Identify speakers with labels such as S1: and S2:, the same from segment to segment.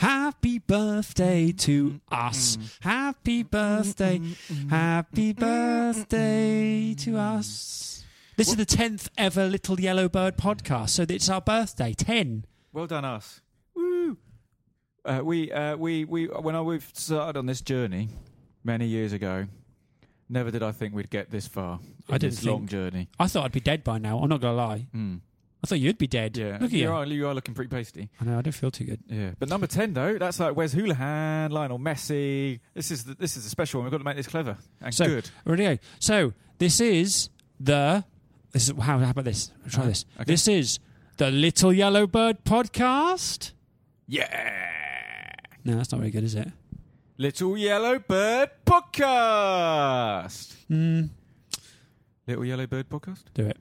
S1: Happy birthday to us.
S2: Mm,
S1: Happy birthday. Happy birthday to us. This is the 10th ever Little Yellow Bird podcast, so it's our birthday. 10.
S2: Well done, us. Woo! Uh, we, uh, we, we, when I we started on this journey many years ago, never did I think we'd get this far.
S1: I
S2: in
S1: didn't
S2: this long
S1: think-
S2: journey. Hmm.
S1: I thought I'd be dead by now. I'm not going to lie. I thought you'd be dead.
S2: Yeah,
S1: Look at
S2: you,
S1: you.
S2: Are, you are looking pretty pasty.
S1: I know, I don't feel too good.
S2: Yeah, but number ten though, that's like Wes Houlihan, Lionel Messi. This is the, this is a special one. We've got to make this clever and
S1: So,
S2: good.
S1: Radio. So, this is the. This is how, how about this? Try this.
S2: Ah, okay.
S1: This is the Little Yellow Bird podcast.
S2: Yeah,
S1: No, that's not very good, is it?
S2: Little Yellow Bird podcast.
S1: Mm,
S2: Little Yellow Bird podcast.
S1: do it.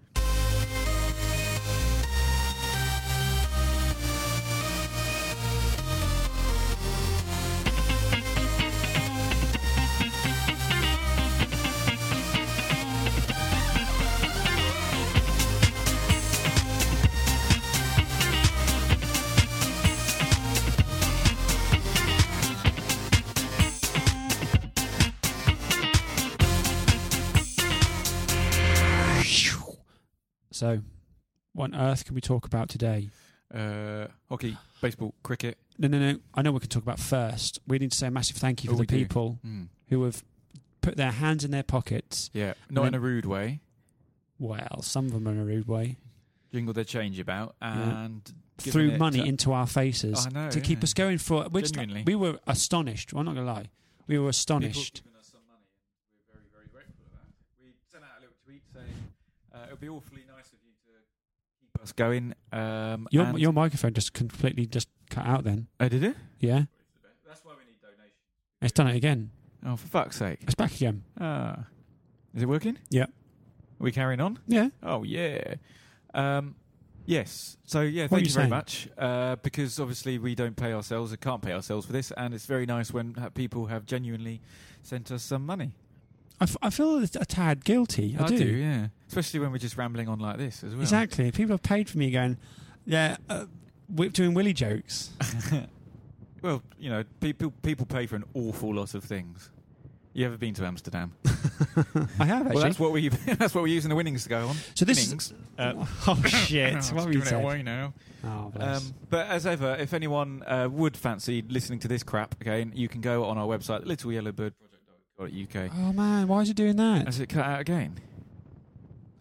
S1: So, what on earth can we talk about today?
S2: Uh, hockey, baseball, cricket.
S1: No, no, no. I know we can talk about first. We need to say a massive thank you
S2: Oh,
S1: for
S2: we
S1: the
S2: do.
S1: people
S2: Mm.
S1: who have put their hands in their pockets.
S2: Yeah, not
S1: Then-
S2: in a rude way.
S1: Well, some of them in a rude way.
S2: Jingle their change about
S1: Yeah.
S2: and giving
S1: Threw
S2: it
S1: money
S2: to- Oh,
S1: into our faces
S2: I know,
S1: to keep
S2: yeah.
S1: us going for which
S2: Genuinely.
S1: we were astonished. Well, I'm not gonna lie, we were astonished.
S2: People giving us some money, and we're very, very grateful for that. We sent out a little tweet saying uh, it would be awfully nice of you to keep us going. Um,
S1: Your
S2: and-
S1: your microphone just completely just cut out. Then
S2: oh, did it?
S1: yeah,
S2: That's why we need donations.
S1: it's done it again.
S2: Oh, for fuck's sake!
S1: It's back again.
S2: Ah, is it working?
S1: Yeah.
S2: Are we carrying on?
S1: Yeah,
S2: Oh yeah. Um, yes. So yeah,
S1: What
S2: thank
S1: were
S2: you,
S1: you
S2: very
S1: saying?
S2: much. Uh, because obviously we don't pay ourselves, and can't pay ourselves for this, and it's very nice when ha- people have genuinely sent us some money.
S1: I, f- I feel a tad guilty. I, do.
S2: yeah. Especially when we're just rambling on like this as well.
S1: Exactly. People have paid for me going, yeah, uh, we're doing willy jokes.
S2: Well, you know, people people pay for an awful lot of things. You ever been to Amsterdam?
S1: I have actually.
S2: Well, that's what we that's what we're using the winnings to go on.
S1: so this is-
S2: winnings.
S1: oh shit! what were you
S2: giving it
S1: saying?
S2: away now.
S1: Oh, bless.
S2: Um, but as ever, if anyone uh, would fancy listening to this crap again, you can go on our website, littleyellowbirdproject.co.uk.
S1: oh man, why is it doing that?
S2: Has it cut out again?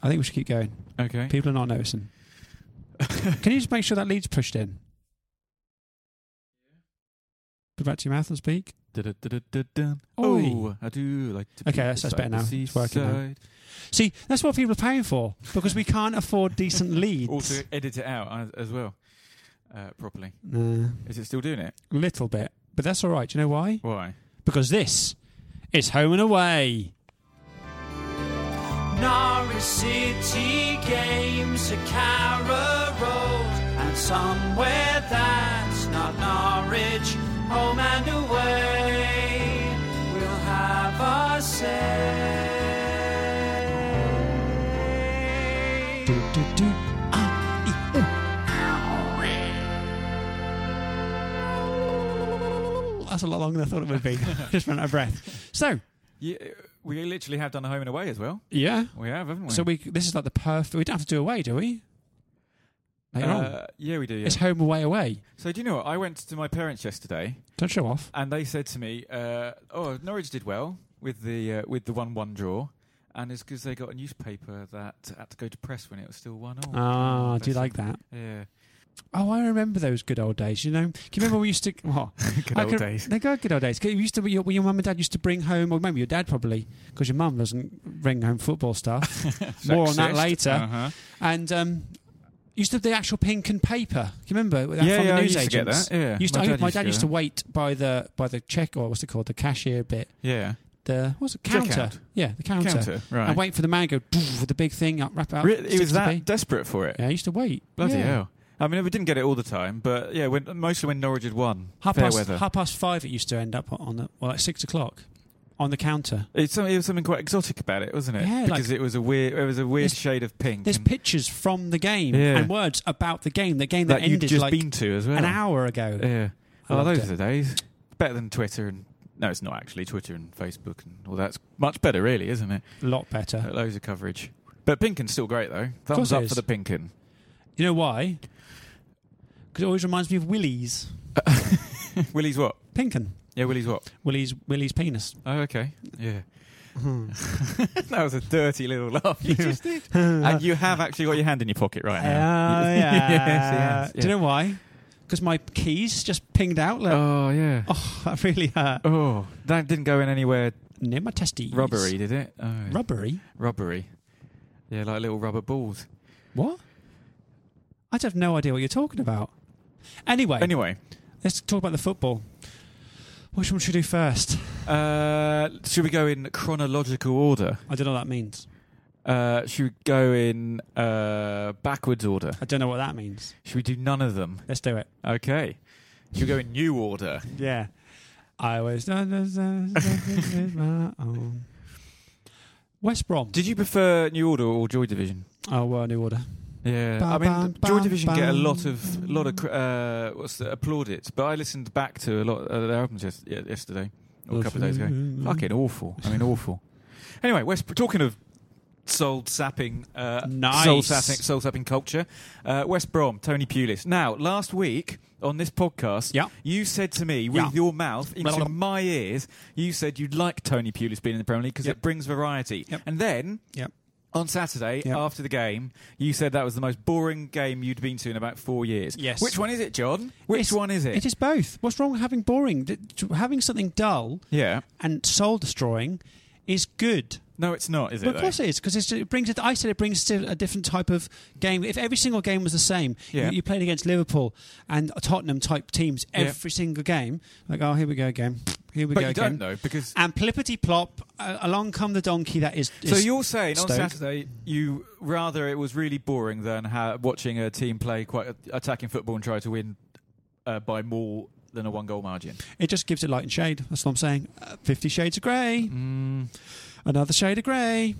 S1: I think we should keep going.
S2: Okay.
S1: People are not noticing. Can you just make sure that lead's pushed in? Put it back to your mouth and speak.
S2: Du-du-du-du-du-dun.
S1: Oi.
S2: Oh, I do like to.
S1: Okay,
S2: be
S1: that's- that's
S2: beside
S1: better now.
S2: the
S1: It's working now.
S2: seaside.
S1: See, that's what people are paying for because we can't afford decent leads.
S2: Also, edit it out uh, as well uh, properly.
S1: Nah,
S2: Is it still doing it?
S1: little bit, but that's all right. Do you know why?
S2: Why?
S1: Because this is home and away.
S3: Norwich City games at Carrow Road, and somewhere that's not Norwich, home and away, we'll have our say.
S1: Do, do, do, ah, ee, ooh. That's a lot longer than I thought it would be. Just ran out of breath. So,
S2: Yeah, uh, we literally have done a home and away as well.
S1: yeah.
S2: We have, haven't we?
S1: So we this is like the perfect. We don't have to do away, do we? Later on.
S2: Uh, yeah, we do. Yeah.
S1: It's home away away.
S2: So do you know what? I went to my parents yesterday,
S1: Don't show off.
S2: and they said to me, uh, "Oh, Norwich did well with the uh, with the one-one draw." And it's because they got a newspaper that had to go to press when it was still one all.
S1: Ah,
S2: Oh,
S1: do you
S2: that's-
S1: like that?
S2: Yeah,
S1: Oh, I remember those good old days. You know, can you remember we used to? What?
S2: good
S1: I can- They go good old days. 'Cause You used to, your, your mum and dad used to bring home, or maybe your dad probably, because your
S2: Oh.
S1: mum doesn't bring home football stuff. More on that later.
S2: Uh-huh.
S1: and um, used to have the actual pink and paper. Do you remember? With that
S2: Yeah,
S1: from
S2: yeah,
S1: the
S2: I
S1: news
S2: used to get
S1: agents?
S2: that, yeah.
S1: Used to-
S2: My
S1: I-
S2: dad
S1: my
S2: used to
S1: dad
S2: get
S1: used to wait by the by the check or what's it called the cashier bit.
S2: Yeah.
S1: The what's it counter?
S2: Checkout.
S1: Yeah, the counter.
S2: Counter, right.
S1: And wait for the man to go "Doof," with the big thing up, wrap it up.
S2: Really, he was
S1: 60p.
S2: that desperate for it.
S1: Yeah, I used to wait.
S2: Bloody
S1: Yeah.
S2: hell. I mean, we didn't get it all the time, but yeah, when, mostly when Norwich had won.
S1: Half
S2: fair
S1: past,
S2: weather.
S1: half past five, it used to end up on the well, like six o'clock, on the counter.
S2: It's something, it was something quite exotic about it, wasn't it?
S1: Yeah, like-
S2: because it was a weird, it was a weird
S1: There's-
S2: shade of pink.
S1: There's
S2: and-
S1: pictures from the game
S2: Yeah.
S1: and words about the game. The game that,
S2: that you'd
S1: ended
S2: just
S1: like
S2: been to as well.
S1: an hour ago.
S2: Yeah.
S1: I
S2: Oh,
S1: loved
S2: those
S1: it.
S2: are the days. Better than Twitter and no, it's not actually Twitter and Facebook and all that's much better, really, isn't it?
S1: A lot better.
S2: Loads of coverage. But Pinkin's still great though.
S1: course
S2: Thumbs
S1: it
S2: up
S1: is.
S2: for the Pinkin.
S1: You know why? Because it always reminds me of Willie's
S2: Willie's what?
S1: Pinkin.
S2: Yeah, Willie's what?
S1: Willie's Willie's penis.
S2: Oh, okay. Yeah. that was a dirty little laugh you just did. and you have actually got your hand in your pocket right now.
S1: Ah,
S2: Yes, yes,
S1: Do you know why? Because my keys just pinged out. Like, oh.
S2: Oh yeah.
S1: that really hurt.
S2: Oh, that didn't go in anywhere
S1: Near my testes.
S2: rubbery, did it? Oh,
S1: Rubbery.
S2: rubbery. Yeah, like little rubber balls.
S1: What? I have no idea what you're talking about. Anyway,
S2: Anyway,
S1: let's talk about the football. Which one should we do first?
S2: Uh, should we go in chronological order?
S1: I don't know what that means.
S2: Uh, should we go in uh, backwards order?
S1: I don't know what that means.
S2: Should we do none of them?
S1: Let's do it.
S2: Okay. Should we go in new order?
S1: Yeah. I was West Brom.
S2: Did you prefer new order or Joy Division?
S1: Oh, well, new order.
S2: Yeah,
S1: Ba-
S2: I mean,
S1: ba-
S2: Joy
S1: ba-
S2: Division get a
S1: ba-
S2: lot of lot of cr- uh, what's the, applaudits, but I listened back to a lot of their albums yes, yeah, yesterday or a couple of days ago.
S1: mm-hmm.
S2: Fucking awful. I mean, awful. Anyway, we're sp- talking of soul sapping, uh,
S1: Nice.
S2: soul sapping, soul sapping culture. Uh, West Brom, Tony Pulis. Now, last week on this podcast,
S1: Yeah.
S2: you said to me with
S1: Yeah.
S2: your mouth into
S1: Blah, blah, blah.
S2: my ears, you said you'd like Tony Pulis being in the Premier League because
S1: Yep.
S2: it brings variety.
S1: Yep.
S2: And then
S1: Yep.
S2: on Saturday
S1: Yep.
S2: after the game, you said that was the most boring game you'd been to in about four years.
S1: Yes.
S2: Which one is it, John? Which
S1: It's-
S2: one is it?
S1: It is both. What's wrong with having boring? D- t- Having something dull
S2: Yeah.
S1: and soul destroying is good.
S2: No, it's not, is it?
S1: Well,
S2: though?
S1: of course it is because it brings it. I said it brings to a different type of game. If every single game was the same,
S2: Yeah.
S1: you, you played against Liverpool and Tottenham type teams
S2: Yeah.
S1: every single game. Like, oh, here we go again. Here we
S2: But
S1: go
S2: you
S1: again.
S2: don't know because
S1: And plippity plop, uh, along come the donkey that is.
S2: So
S1: is-
S2: you're saying
S1: Stoke.
S2: on Saturday you rather it was really boring than ha- watching a team play quite a- attacking football and try to win uh, by more than a one goal margin.
S1: it just gives it light and shade. That's what I'm saying. Uh, Fifty Shades of Grey, Mm. another shade of grey.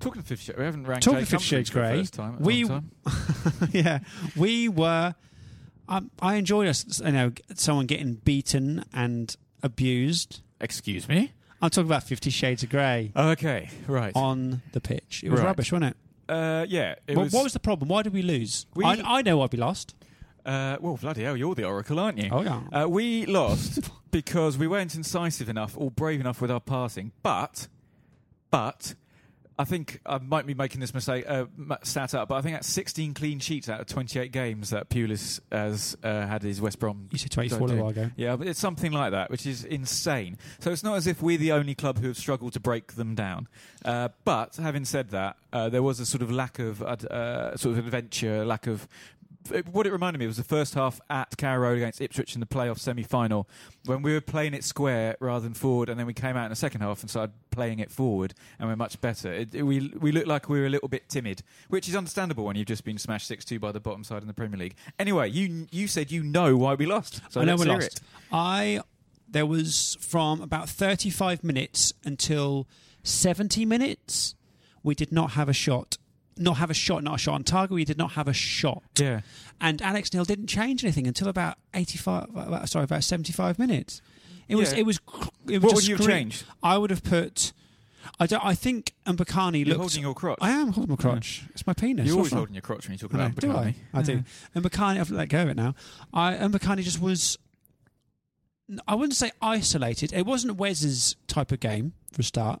S2: Talking of Fifty Shades, we haven't ranked
S1: Talking
S2: Jay
S1: of Fifty
S2: Cumberland
S1: Shades
S2: for the
S1: Grey,
S2: first time at
S1: we-
S2: a long time.
S1: yeah, we were. Um, I enjoyed us. You know, someone getting beaten and abused.
S2: Excuse me.
S1: I'm talking about Fifty Shades of Grey
S2: Okay, right.
S1: on the pitch. It was
S2: Right.
S1: rubbish, wasn't it?
S2: Uh, yeah, it
S1: What-
S2: was.
S1: What was the problem? Why did we lose?
S2: We-
S1: I, I know why we lost.
S2: uh, well, bloody hell, you're the oracle, aren't you?
S1: Oh yeah.
S2: Uh, we lost because we weren't incisive enough or brave enough with our passing. But, but, I think I might be making this mistake uh, m- stat up, but I think that's 16 clean sheets out of 28 games that Pulis has uh, had his West Brom.
S1: you said 24 a little while ago.
S2: Yeah, but it's something like that, which is insane. So it's not as if we're the only club who have struggled to break them down. Uh, but having said that, uh, there was a sort of lack of uh, sort of adventure, lack of. It, what it reminded me of was the first half at Carrow Road against Ipswich in the playoff semi-final, when we were playing it square rather than forward, and then we came out in the second half and started playing it forward, and we're much better. It, it- we we looked like we were a little bit timid, which is understandable when you've just been smashed six-two by the bottom side in the Premier League. Anyway, you you said you know why we lost. So
S1: I know
S2: let's
S1: we
S2: hear
S1: lost.
S2: it.
S1: I there was from about 35 minutes until 70 minutes. We did not have a shot. Not have a shot, not a shot on target. We did not have a shot.
S2: Yeah.
S1: And Alex Neil didn't change anything until about 85. About, sorry, about 75 minutes. It was.
S2: Yeah.
S1: It was. cr- It was
S2: What
S1: just
S2: would you have
S1: scre-
S2: changed?
S1: I would have put. I don't. I think Mbakani
S2: You're
S1: looked.
S2: holding your crotch.
S1: I am holding my crotch. It's my penis.
S2: You're always
S1: What's wrong?
S2: holding your crotch when you talk
S1: I know,
S2: about
S1: do I? I do. And Mbakani, I've let go of it now. I and Mbakani just was. I wouldn't say isolated. It wasn't Wes's type of game for a start,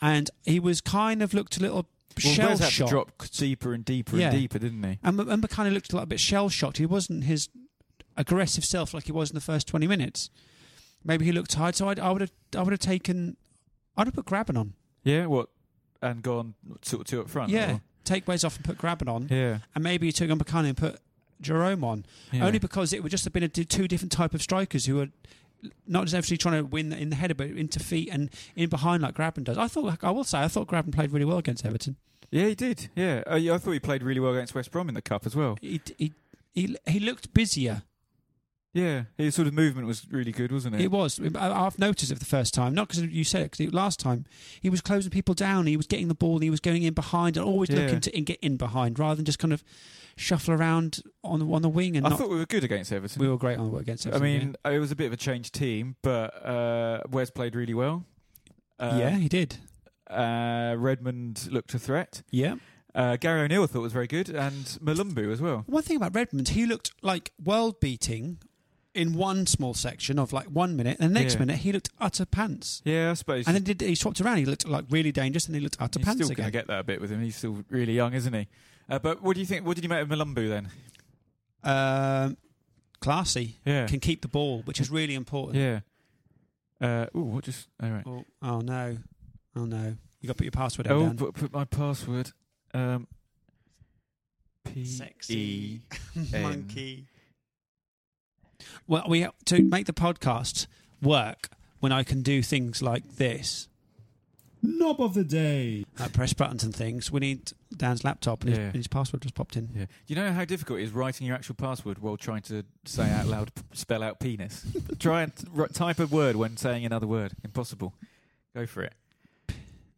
S1: and he was kind of looked a little shell shocked.
S2: dropped deeper and deeper
S1: Yeah.
S2: and deeper, didn't he?
S1: And M- and Mbakani looked a little bit shell shocked. He wasn't his aggressive self like he was in the first twenty minutes. Maybe he looked tired. So I'd, I would have. I would have taken. I'd have put Grabbing on.
S2: Yeah, what? And gone sort of two up front.
S1: Yeah.
S2: or-
S1: take Wes off and put Graben on,
S2: Yeah.
S1: and maybe you took Mbakane and put Jerome on,
S2: Yeah.
S1: only because it would just have been a d two different type of strikers who are not just actually trying to win in the header, but into feet and in behind like Graben does. I thought I will say I thought Graben played really well against Everton.
S2: Yeah, he did. Yeah. Uh, yeah, I thought he played really well against West Brom in the cup as well.
S1: He he he, he looked busier.
S2: Yeah, his sort of movement was really good, wasn't it?
S1: It was. I- I've noticed it for the first time. Not because you said it, because last time he was closing people down. He was getting the ball. He was going in behind and always
S2: Yeah.
S1: looking to in, get in behind rather than just kind of shuffle around on the, on the wing. And
S2: I
S1: not,
S2: thought we were good against Everton.
S1: we were great on the work against.
S2: I
S1: Everton, yeah.
S2: mean, it was a bit of a changed team, but uh, Wes played really well. Uh,
S1: yeah, he did.
S2: Uh, Redmond looked a threat.
S1: Yeah.
S2: Uh, Gary O'Neill I thought was very good, and Malumbu as well.
S1: One thing about Redmond, he looked like world beating in one small section of like one minute, and the next
S2: Yeah.
S1: minute he looked utter pants.
S2: Yeah, I suppose.
S1: And then did he swapped around? He looked like really dangerous, and he looked utter
S2: he's
S1: pants
S2: still
S1: again.
S2: to get that a bit with him. He's still really young, isn't he? Uh, but what do you think? What did you make of Malumbu then?
S1: um, classy,
S2: Yeah,
S1: can keep the ball, which is really important.
S2: yeah. Uh, ooh, what just? All right.
S1: Oh, oh no. Oh no. You got to put your password
S2: oh,
S1: down.
S2: put, put my password. Um, P
S1: Sexy.
S2: E N.
S1: Well, we to make the podcast work when I can do things like this.
S4: Knob of the day.
S1: Like press buttons and things. We need Dan's laptop and,
S2: Yeah.
S1: his, and his password just popped in.
S2: Yeah. You know how difficult it is writing your actual password while trying to say out loud, spell out penis? Try and r- type a word when saying another word. Impossible. Go for it.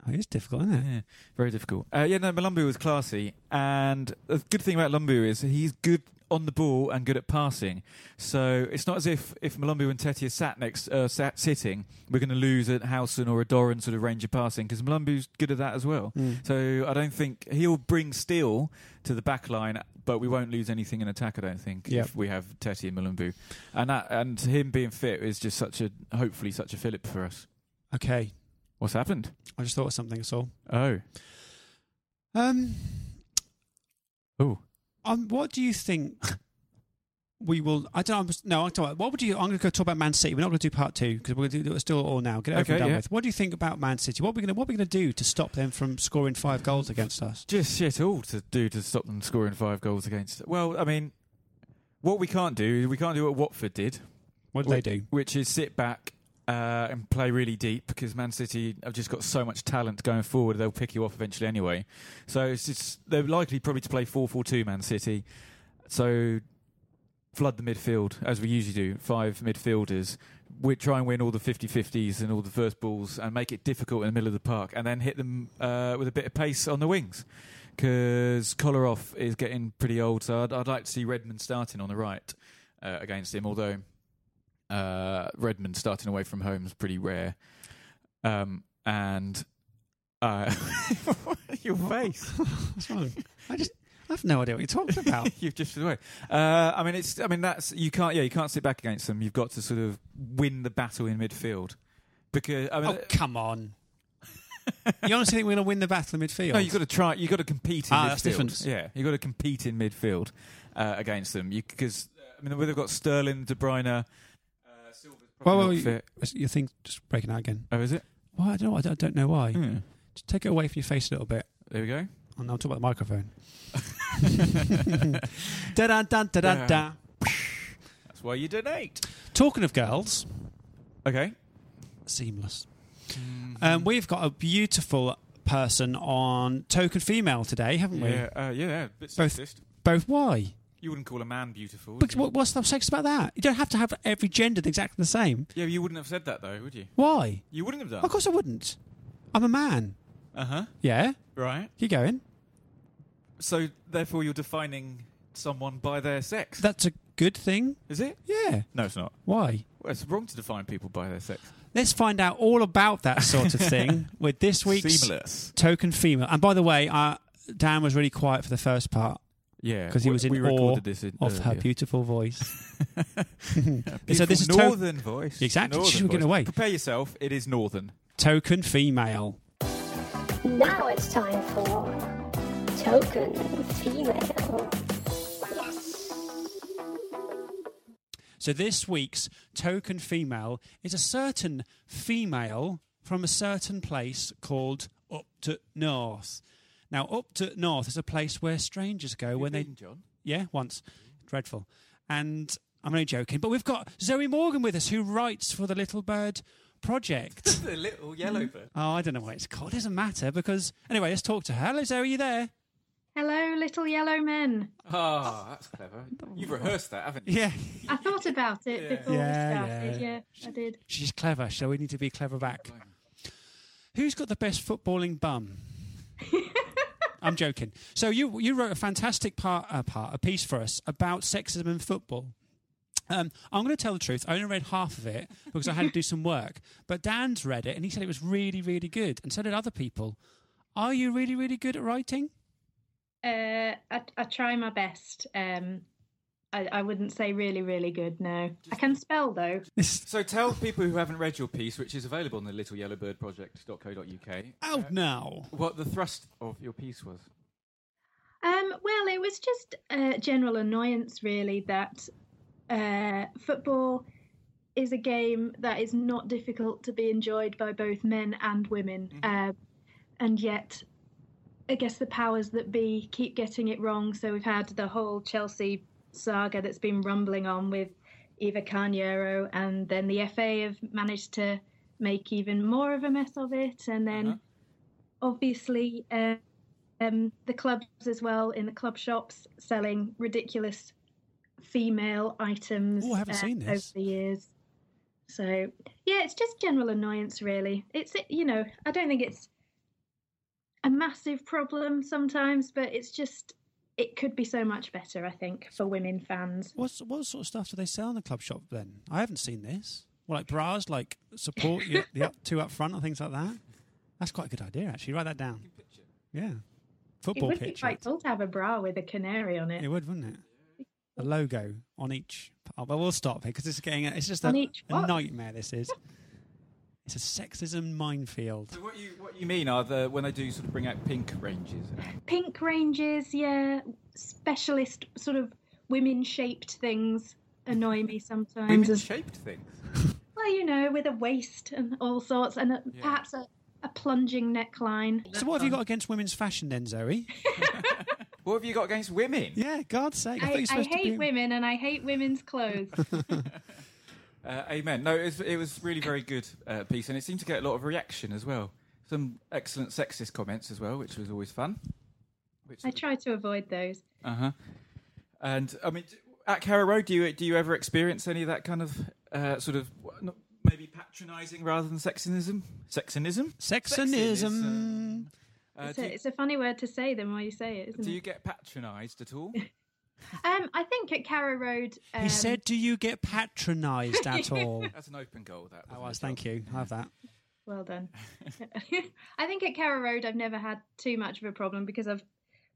S1: Oh, it's difficult, isn't it?
S2: Yeah, very difficult. Uh, yeah, no, Malumbu was classy, and the good thing about Lumbu is he's good on the ball and good at passing. So it's not as if if Malumbu and Tetty are sat next, uh, sat sitting, we're going to lose a Howson or a Doran sort of range of passing because Malumbu's good at that as well. So I don't think he'll bring steel to the back line, but we won't lose anything in attack. I don't think
S1: Yeah.
S2: if we have Tetty and Malumbu, and that and him being fit is just such a hopefully such a fillip for us.
S1: Okay.
S2: What's happened?
S1: I just thought of something, that's all.
S2: Oh,
S1: Um,
S2: oh.
S1: um what do you think we will I don't know, I'm just- no, I'm talking about, what would you I'm gonna go talk about Man City. We're not gonna do part two because we're gonna do it still all now. Get it over
S2: Okay,
S1: and done
S2: yeah.
S1: with. What do you think about Man City? What are we gonna what are we gonna do to stop them from scoring five goals against us?
S2: just shit all to do to stop them scoring five goals against. Well, I mean, what we can't do is we can't do what Watford did,
S1: What do they do?
S2: which is sit back uh, and play really deep because Man City have just got so much talent going forward. They'll pick you off eventually anyway. So it's just they're likely probably to play four four two Man City. So flood the midfield as we usually do. Five midfielders. We try and win all the 50-50s and all the first balls and make it difficult in the middle of the park, and then hit them uh, with a bit of pace on the wings. Because Kolarov is getting pretty old, so I'd, I'd like to see Redmond starting on the right uh, against him. Although uh, Redmond starting away from home is pretty rare. Um, and uh, your face,
S1: What's wrong? I just I have no idea what you're talking about.
S2: you've just away. Uh, I mean, it's. I mean, that's you can't. Yeah, you can't sit back against them. You've got to sort of win the battle in midfield. Because I mean, uh,
S1: oh come on. you honestly think we're gonna win the battle in midfield?
S2: No, you've got to try. You've got to compete in
S1: Ah,
S2: midfield.
S1: that's different.
S2: Yeah, you've got to compete in midfield uh, against them. Because I mean, they've got Sterling, De Bruyne, uh, Silva's probably
S1: Well, well,
S2: not
S1: you-
S2: fit.
S1: your thing just breaking out again.
S2: Oh, is it?
S1: Why I don't know, I don't, I don't know why.
S2: Hmm.
S1: Just take it away from your face a little bit.
S2: There we go.
S1: And I'll talk about the microphone. da da da da da da.
S2: That's why you donate.
S1: Talking of girls,
S2: Okay.
S1: seamless. Um,
S2: Mm.
S1: we've got a beautiful person on token female today, haven't we?
S2: Yeah, uh, yeah, a bit
S1: Both-
S2: sexist.
S1: Both why?
S2: You wouldn't call a man beautiful. would
S1: Because
S2: you?
S1: what, what's the sex about that? You don't have to have every gender exactly the same.
S2: Yeah, you wouldn't have said that though, would you?
S1: Why?
S2: You wouldn't have
S1: Of
S2: done.
S1: course I wouldn't. I'm a man.
S2: Uh huh.
S1: Yeah,
S2: Right.
S1: you going?
S2: So therefore, you're defining someone by their sex.
S1: That's a good thing.
S2: Is it?
S1: Yeah.
S2: No, it's not.
S1: Why?
S2: Well, it's wrong to define people by their sex.
S1: Let's find out all about that sort of thing with this week's
S2: Seamless.
S1: token female. And by the way, uh, Dan was really quiet for the first part
S2: Yeah,
S1: because he
S2: we-
S1: was in
S2: we
S1: awe
S2: recorded this in
S1: of her
S2: earlier.
S1: beautiful voice. so
S2: Beautiful
S1: this is to-
S2: northern voice.
S1: Exactly.
S2: Northern
S1: She's walking
S2: voice.
S1: away.
S2: Prepare yourself. It is northern.
S1: token female.
S5: Now it's time for Token Female.
S1: So this week's token female is a certain female from a certain place called Up to North. Now, up to north is a place where strangers go when they.
S2: John.
S1: Yeah, once. Dreadful. And I'm only joking, but we've got Zoe Morgan with us who writes for the Little Bird Project.
S2: The little yellow bird.
S1: oh, I don't know what it's called. It doesn't matter because. Anyway, let's talk to her. Hello, Zoe, are you there?
S6: Hello, little yellow men.
S2: Ah, that's clever. You've rehearsed that, haven't you?
S1: Yeah.
S6: I thought about it before
S1: Yeah,
S6: we started.
S1: yeah.
S6: Yeah. I did.
S1: She's clever, so we need to be clever back. Who's got the best footballing bum? I'm joking. So you you wrote a fantastic part a part a piece for us about sexism in football. Um, I'm going to tell the truth. I only read half of it because I had to do some work. But Dan's read it and he said it was really really good, and so did other people. Are you really really good at writing?
S6: Uh, I, I try my best. Um, I, I wouldn't say really, really good. No, I can spell though.
S2: So tell people who haven't read your piece, which is available on the littleyellowbirdproject.co.uk,
S1: Out now.
S2: what the thrust of your piece was.
S6: Um, well, it was just uh, general annoyance, really, that uh, football is a game that is not difficult to be enjoyed by both men and women. Uh, and yet, I guess the powers that be keep getting it wrong. So we've had the whole Chelsea saga that's been rumbling on with Eva Carniero, and then the FA have managed to make even more of a mess of it. And then,
S2: Uh-huh.
S6: obviously, uh, um, the clubs as well in the club shops selling ridiculous female items uh,
S1: Oh, I haven't seen this.
S6: over the years. So yeah, it's just general annoyance, really. It's you know, I don't think it's a massive problem sometimes, but it's just it could be so much better. I think for women fans.
S1: What's, what sort of stuff do they sell in the club shop then? I haven't seen this. Well, like bras, like support you, the up, two up front and things like that. That's quite a good idea, actually. Write that down. Yeah.
S6: It
S1: Football
S6: would be
S1: picture.
S6: quite cool to have a bra with a canary on it.
S1: It would, wouldn't it? A logo on each. Oh, but we'll stop here because it's getting. It's just a,
S6: On each
S1: a
S6: what?
S1: nightmare. This is. It's a sexism minefield.
S2: So what you what you mean are the when they do sort of bring out pink ranges?
S6: Pink ranges, yeah, specialist sort of women-shaped things annoy me sometimes.
S2: Women
S6: as-
S2: shaped things.
S6: Well, you know, with a waist and all sorts, and a, perhaps a, a plunging neckline.
S1: So what have you got against women's fashion then, Zoe?
S2: What have you got against women?
S1: Yeah, God's sake! I, thought you
S6: I,
S1: were
S6: I
S1: supposed to be...
S6: hate women and I hate women's clothes.
S2: Uh, amen. No, it was, it was really very good uh, piece, and it seemed to get a lot of reaction as well. Some excellent sexist comments as well, which was always fun. Which
S6: I try to avoid those.
S2: Uh huh. And I mean, d- at Carrow Road, do you do you ever experience any of that kind of uh, sort of wh- not, maybe patronising rather than sexism? Sexism.
S1: Sexism.
S2: Uh,
S6: It's
S2: do,
S6: a,
S2: you,
S6: it's a funny word to say the more you say it, isn't
S2: do
S6: it?
S2: you get patronised at all?
S6: Um, I think at Carrow Road. Um,
S1: He said, "Do you get patronised at all?"
S2: That's an open goal. That.
S1: Oh, I
S2: wasn't
S1: was.
S2: it,
S1: Thank
S2: John?
S1: you. I have that.
S6: Well done. I think at Carrow Road, I've never had too much of a problem because I've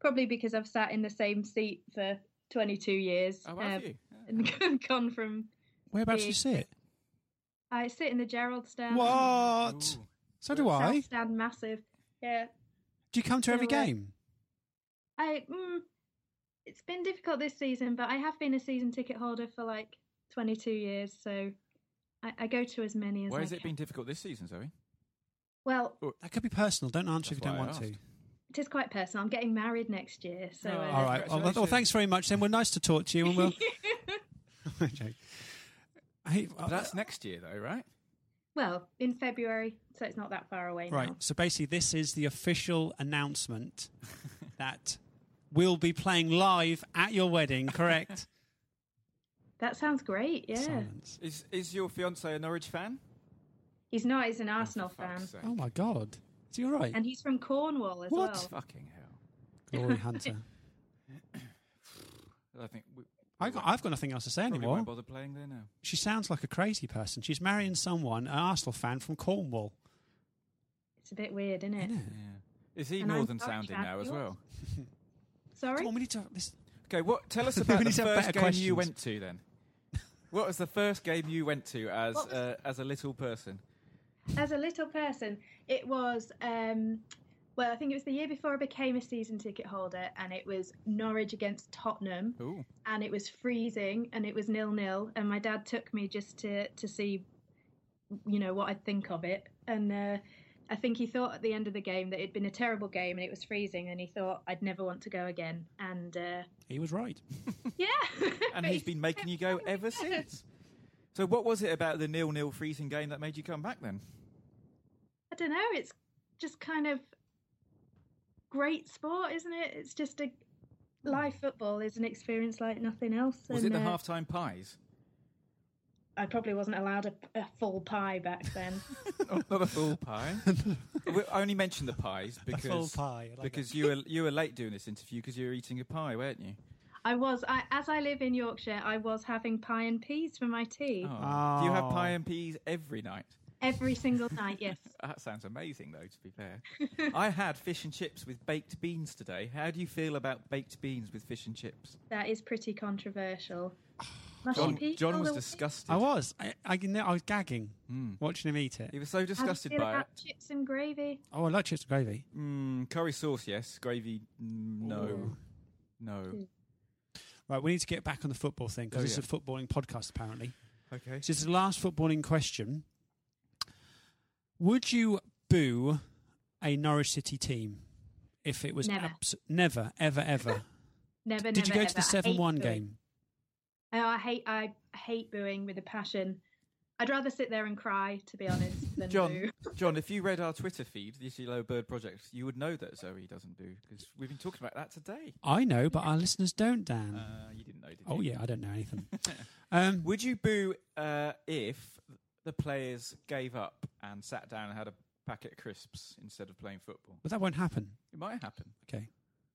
S6: probably because I've sat in the same seat for 22 years. uh,
S2: Oh,
S1: Um,
S2: have you?
S6: And gone from.
S1: Whereabouts do you
S6: Yeah.
S1: sit?
S6: I sit in the Gerald stand.
S1: What?
S2: Ooh.
S1: So do
S6: Um, South
S1: I.
S6: stand massive. Yeah.
S1: Do you come to every
S6: Anyway.
S1: game?
S6: I mm, it's been difficult this season, but I have been a season ticket holder for like 22 years, so I, I go to as many as.
S2: Why
S6: I
S2: has it
S6: can.
S2: been difficult this season, Zoe?
S6: Well,
S1: That could be personal. Don't answer if
S2: That's
S1: you don't
S2: why I
S1: want to.
S2: asked.
S6: it is quite personal. I'm getting married next year, so.
S2: Oh,
S6: uh,
S1: All right. Well, well, thanks very much. Then we're nice to talk to you, and we'll. Okay. Hey, uh,
S2: But that's next year, though, right?
S6: Well, in February, so it's not that far away. now.
S1: right. So basically, this is the official announcement that we'll be playing live at your wedding. Correct?
S6: That sounds great. Yeah.
S1: Silence.
S2: Is is your fiance a Norwich fan?
S6: He's not. He's an Arsenal
S2: Oh, For
S6: fan,
S2: fuck's sake.
S1: Oh my God. Is he all right?
S6: and he's from Cornwall as
S1: What?
S6: well.
S2: Fucking hell!
S1: Glory Hunter.
S2: I think we,
S1: I got, I've got nothing else to say
S2: probably
S1: anymore.
S2: won't bother playing there now.
S1: She sounds like a crazy person. She's marrying someone, an Arsenal fan from Cornwall.
S6: It's a bit weird, isn't it?
S2: Yeah. Is he
S6: And I'm
S2: northern
S6: sorry,
S2: sounding
S6: Chad,
S2: now as
S6: you're-
S2: well?
S6: Sorry.
S1: Come on, we need to. This,
S2: Okay, what? Tell us
S1: We
S2: about the
S1: need to have
S2: first
S1: better
S2: game you
S1: questions.
S2: went to then. What was the first game you went to as
S6: What was-
S2: uh, as a little person?
S6: as a little person, it was um, well, I think it was the year before I became a season ticket holder, and it was Norwich against Tottenham,
S2: Ooh,
S6: and it was freezing, and it was nil nil, and my dad took me just to to see, you know, what I'd think of it, and uh, I think he thought at the end of the game that it'd been a terrible game and it was freezing, and he thought I'd never want to go again. And uh,
S1: He was right.
S6: yeah,
S2: and he's been making you go ever since. So, what was it about the nil-nil freezing game that made you come back then?
S6: I don't know. It's just kind of great sport, isn't it? It's just a live football is an experience like nothing else.
S2: Was it
S6: and,
S2: the
S6: uh,
S2: halftime pies?
S6: I probably wasn't allowed a, a full pie back then.
S2: Oh, not a full pie. we I only mentioned the pies because
S1: full pie, I like
S2: because you were you were late doing this interview because you were eating a pie, weren't you?
S6: I was, I, as I live in Yorkshire, I was having pie and peas for my tea
S2: Oh. Do you
S1: Oh.
S2: have pie and peas every night?
S6: every single night. Yes,
S2: That sounds amazing, though. To be fair, I had fish and chips with baked beans today. How do you feel about baked beans with fish and chips?
S6: that is pretty controversial. Mushy
S2: John,
S6: peas
S2: John
S6: all
S2: was
S6: the way.
S2: disgusted.
S1: I was. I, I, can- I was gagging watching him eat it.
S2: Hmm. He was so
S6: How do you
S2: disgusted
S6: feel
S2: by it.
S6: about chips and gravy?
S1: Oh, I like chips and gravy.
S2: Mm, curry sauce, yes. Gravy, mm, no,
S6: Hmm.
S2: no.
S1: Right, we need to get back on the football thing because
S2: Oh,
S1: this
S2: yeah.
S1: is a footballing podcast, apparently.
S2: Okay.
S1: This is the last footballing question. Would you boo a Norwich City team if it was
S6: Never.
S1: abs- never, ever, ever?
S6: Never.
S1: Did you go
S6: never,
S1: to the
S6: ever. I hate
S1: seven-one
S6: booing.
S1: game?
S6: Oh, I hate, I hate booing with a passion. I'd rather sit there and cry, to be honest, than boo.
S2: John, John, if you read our Twitter feed, the Yellow Bird Project, you would know that Zoe doesn't do because we've been talking about that today.
S1: I know, but our listeners don't, Dan.
S2: Uh, you didn't know, did you?
S1: oh yeah, I don't know anything. um,
S2: Would you boo uh, if the players gave up and sat down and had a packet of crisps instead of playing football?
S1: but that won't happen.
S2: It might happen.
S1: Okay.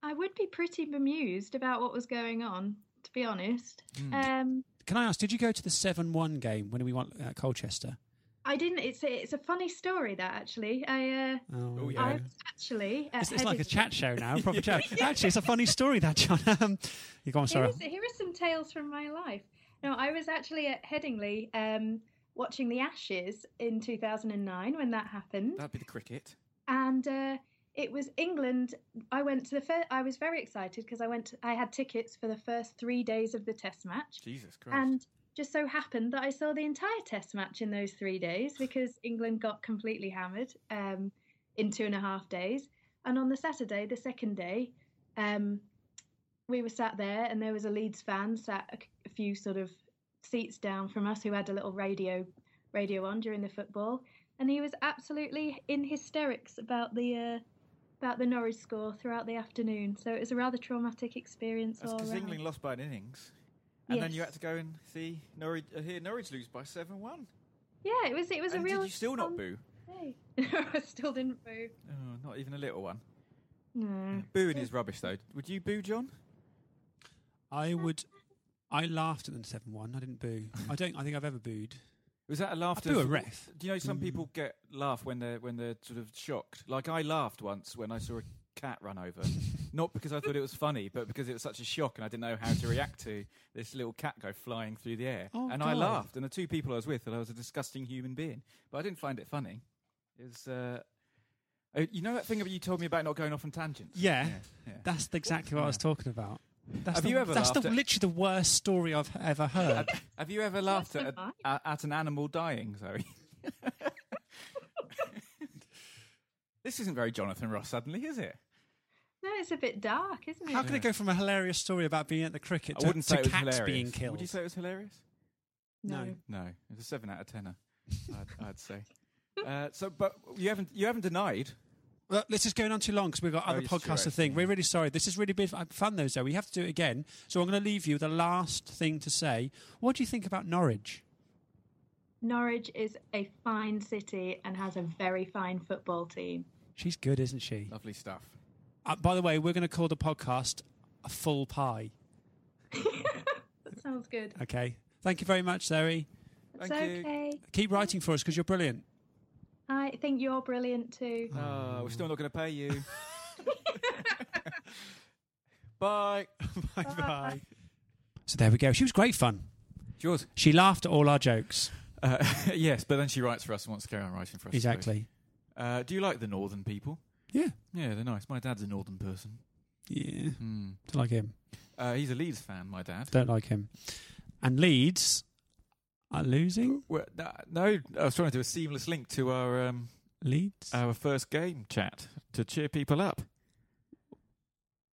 S6: I would be pretty bemused about what was going on, to be honest.
S1: Hmm.
S6: Um,
S1: Can I ask? Did you go to the seven-one game when we won at Colchester?
S6: I didn't. It's a, it's a funny story that actually. I uh,
S1: Oh,
S2: yeah.
S6: I was actually. At
S1: It's, it's like a
S6: Headingley-
S1: chat show now, a proper chat. Actually, it's a funny story that John. Um, you go on,
S6: Here
S1: Sarah.
S6: is, here are some tales from my life. No, I was actually at Headingley um, watching the Ashes in 2009 when that happened.
S2: That'd be the cricket.
S6: and uh, it was England. I went to the. Fir- I was very excited because I went. I had tickets for the first three days of the Test match,
S2: Jesus Christ.
S6: and just so happened that I saw the entire Test match in those three days because England got completely hammered um, in two and a half days. And on the Saturday, the second day, um, we were sat there, and there was a Leeds fan sat a c- a few sort of seats down from us who had a little radio radio on during the football, and he was absolutely in hysterics about the uh, about the Norwich score throughout the afternoon. So it was a rather traumatic experience.
S2: That's
S6: all
S2: because
S6: round.
S2: England lost by an innings. And then you
S6: Yes.
S2: had to go and see Norwich, uh, hear Norwich lose by 7 1.
S6: Yeah, it was. It was a
S2: And
S6: real.
S2: did you still not
S6: fun
S2: boo?
S6: day. I still didn't boo.
S2: Oh, not even a little one.
S6: No.
S2: Booing is rubbish, though. Would you boo, John?
S1: I would. I laughed at the seven-one. I didn't boo. I don't. I think I've ever booed.
S2: Was that a laughter?
S1: I boo a ref. Mm.
S2: Do you know some people get laugh when they're when they're sort of shocked? Like I laughed once when I saw a cat run over, not because I thought it was funny, but because it was such a shock and I didn't know how to react to this little cat go flying through the air.
S1: Oh,
S2: and I
S1: God.
S2: laughed, and the two people I was with thought I was a disgusting human being, but I didn't find it funny. It's uh, uh, you know that thing about you told me about not going off on tangents.
S1: Yeah,
S2: yeah.
S1: that's exactly what I was talking about. That's
S2: Have
S1: the,
S2: you ever
S1: That's the,
S2: laughed at-
S1: literally the worst story I've ever heard.
S2: Have you ever laughed at,
S6: survive.
S2: a, at an animal dying, Zoe? this isn't very Jonathan Ross suddenly, is it?
S6: No, it's a bit dark, isn't it?
S1: How can it go from a hilarious story about being at the cricket
S2: I
S1: to,
S2: wouldn't say
S1: to
S2: it was
S1: cats
S2: hilarious.
S1: being killed?
S2: Would you say it was hilarious?
S1: no.
S2: No, it's a seven out of tenner. I'd, I'd say. Uh, so, but you haven't you haven't denied.
S1: Well, this is going on too long because we've got other
S2: yes, Oh, you're
S1: podcasts to
S2: right.
S1: think. We're really sorry. This has really been fun, though, Zoe. We have to do it again. So I'm going to leave you with the last thing to say. What do you think about Norwich?
S6: Norwich is a fine city and has a very fine football team.
S1: She's good, isn't she?
S2: Lovely stuff.
S1: Uh, by the way, we're going to call the podcast a full pie.
S6: That sounds good.
S1: Okay. Thank you very much, Zoe.
S6: It's
S2: Thank you.
S6: okay.
S1: Keep writing for us because you're brilliant.
S6: I think you're brilliant too.
S2: Oh, we're still not going to pay you. Bye.
S1: Bye bye. So there we go. She was great fun.
S2: Yours.
S1: She laughed at all our jokes.
S2: Uh, yes, but then she writes for us and wants to carry on writing for us. I suppose.
S1: Exactly.
S2: Uh, do you like the northern people?
S1: Yeah.
S2: Yeah, they're nice. My dad's a northern person.
S1: Yeah.
S2: Hmm.
S1: Don't like him.
S2: Uh, he's a Leeds fan, my dad.
S1: Don't like him. And Leeds are losing.
S2: Well, no, no, I was trying to do a seamless link to our um,
S1: Leeds.
S2: Our first game chat to cheer people up.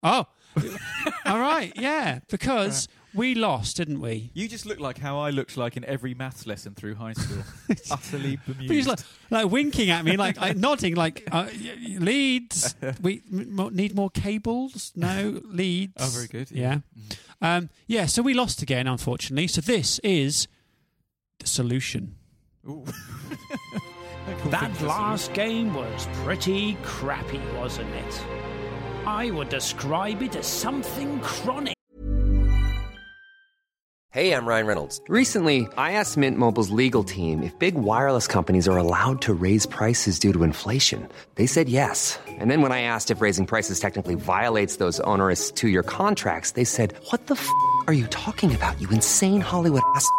S1: oh, all right, yeah, because we lost, didn't we?
S2: You just look like how I looked like in every maths lesson through high school. Utterly bemused.
S1: But he's like, like winking at me, like, like nodding, like uh, y- y- Leeds. We m- mo- need more cables. No Leeds.
S2: Oh, very good,
S1: Yeah,
S2: yeah.
S1: um, yeah. So we lost again, unfortunately. So this is the solution.
S2: Ooh.
S3: That last game was pretty crappy, wasn't it? I would describe it as something chronic.
S7: Hey, I'm Ryan Reynolds. Recently, I asked Mint Mobile's legal team if big wireless companies are allowed to raise prices due to inflation. They said yes. And then when I asked if raising prices technically violates those onerous two year contracts, they said, What the f are you talking about, you insane Hollywood ass? f-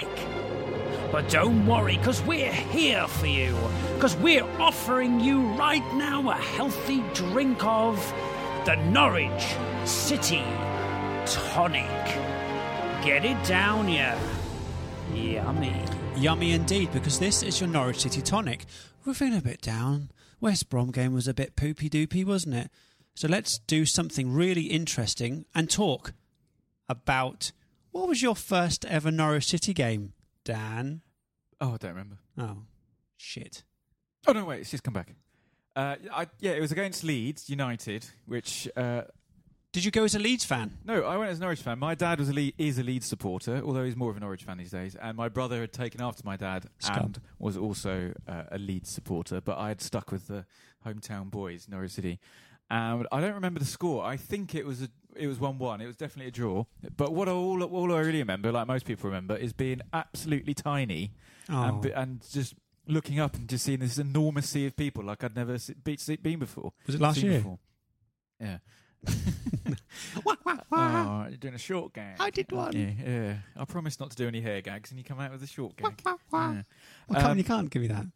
S3: But don't worry, because we're here for you. Because we're offering you right now a healthy drink of the Norwich City Tonic. Get it down, yeah. Yummy.
S1: Yummy indeed, because this is your Norwich City tonic. We're feeling a bit down. West Brom game was a bit poopy doopy, wasn't it? So let's do something really interesting and talk about what was your first ever Norwich City game, Dan?
S2: oh, I don't remember.
S1: Oh, shit.
S2: Oh no, wait, it's just come back. Uh, I, yeah, it was against Leeds United, which uh,
S1: Did you go as a Leeds fan?
S2: no, I went as an Norwich fan. My dad was a Le- is a Leeds supporter, although he's more of an Norwich fan these days. And my brother had taken after my dad
S1: Scum.
S2: and was also uh, a Leeds supporter, but I had stuck with the hometown boys, Norwich City. And I don't remember the score. I think it was a, it was one one. It was definitely a draw. But what I- all all I really remember, like most people remember, is being absolutely tiny
S1: Oh.
S2: and, be- and just looking up and just seeing this enormous sea of people like I'd never se- be- se- been before.
S1: Was it last
S2: Seen
S1: year?
S2: Before. Yeah.
S1: Wah, wah, wah.
S2: Oh, you're doing a short gag.
S1: I did one.
S2: Yeah, yeah. I promise not to do any hair gags, and you come out with a short
S1: Wah,
S2: gag.
S1: wah, wah. Well, come on, you can't give me that. Um,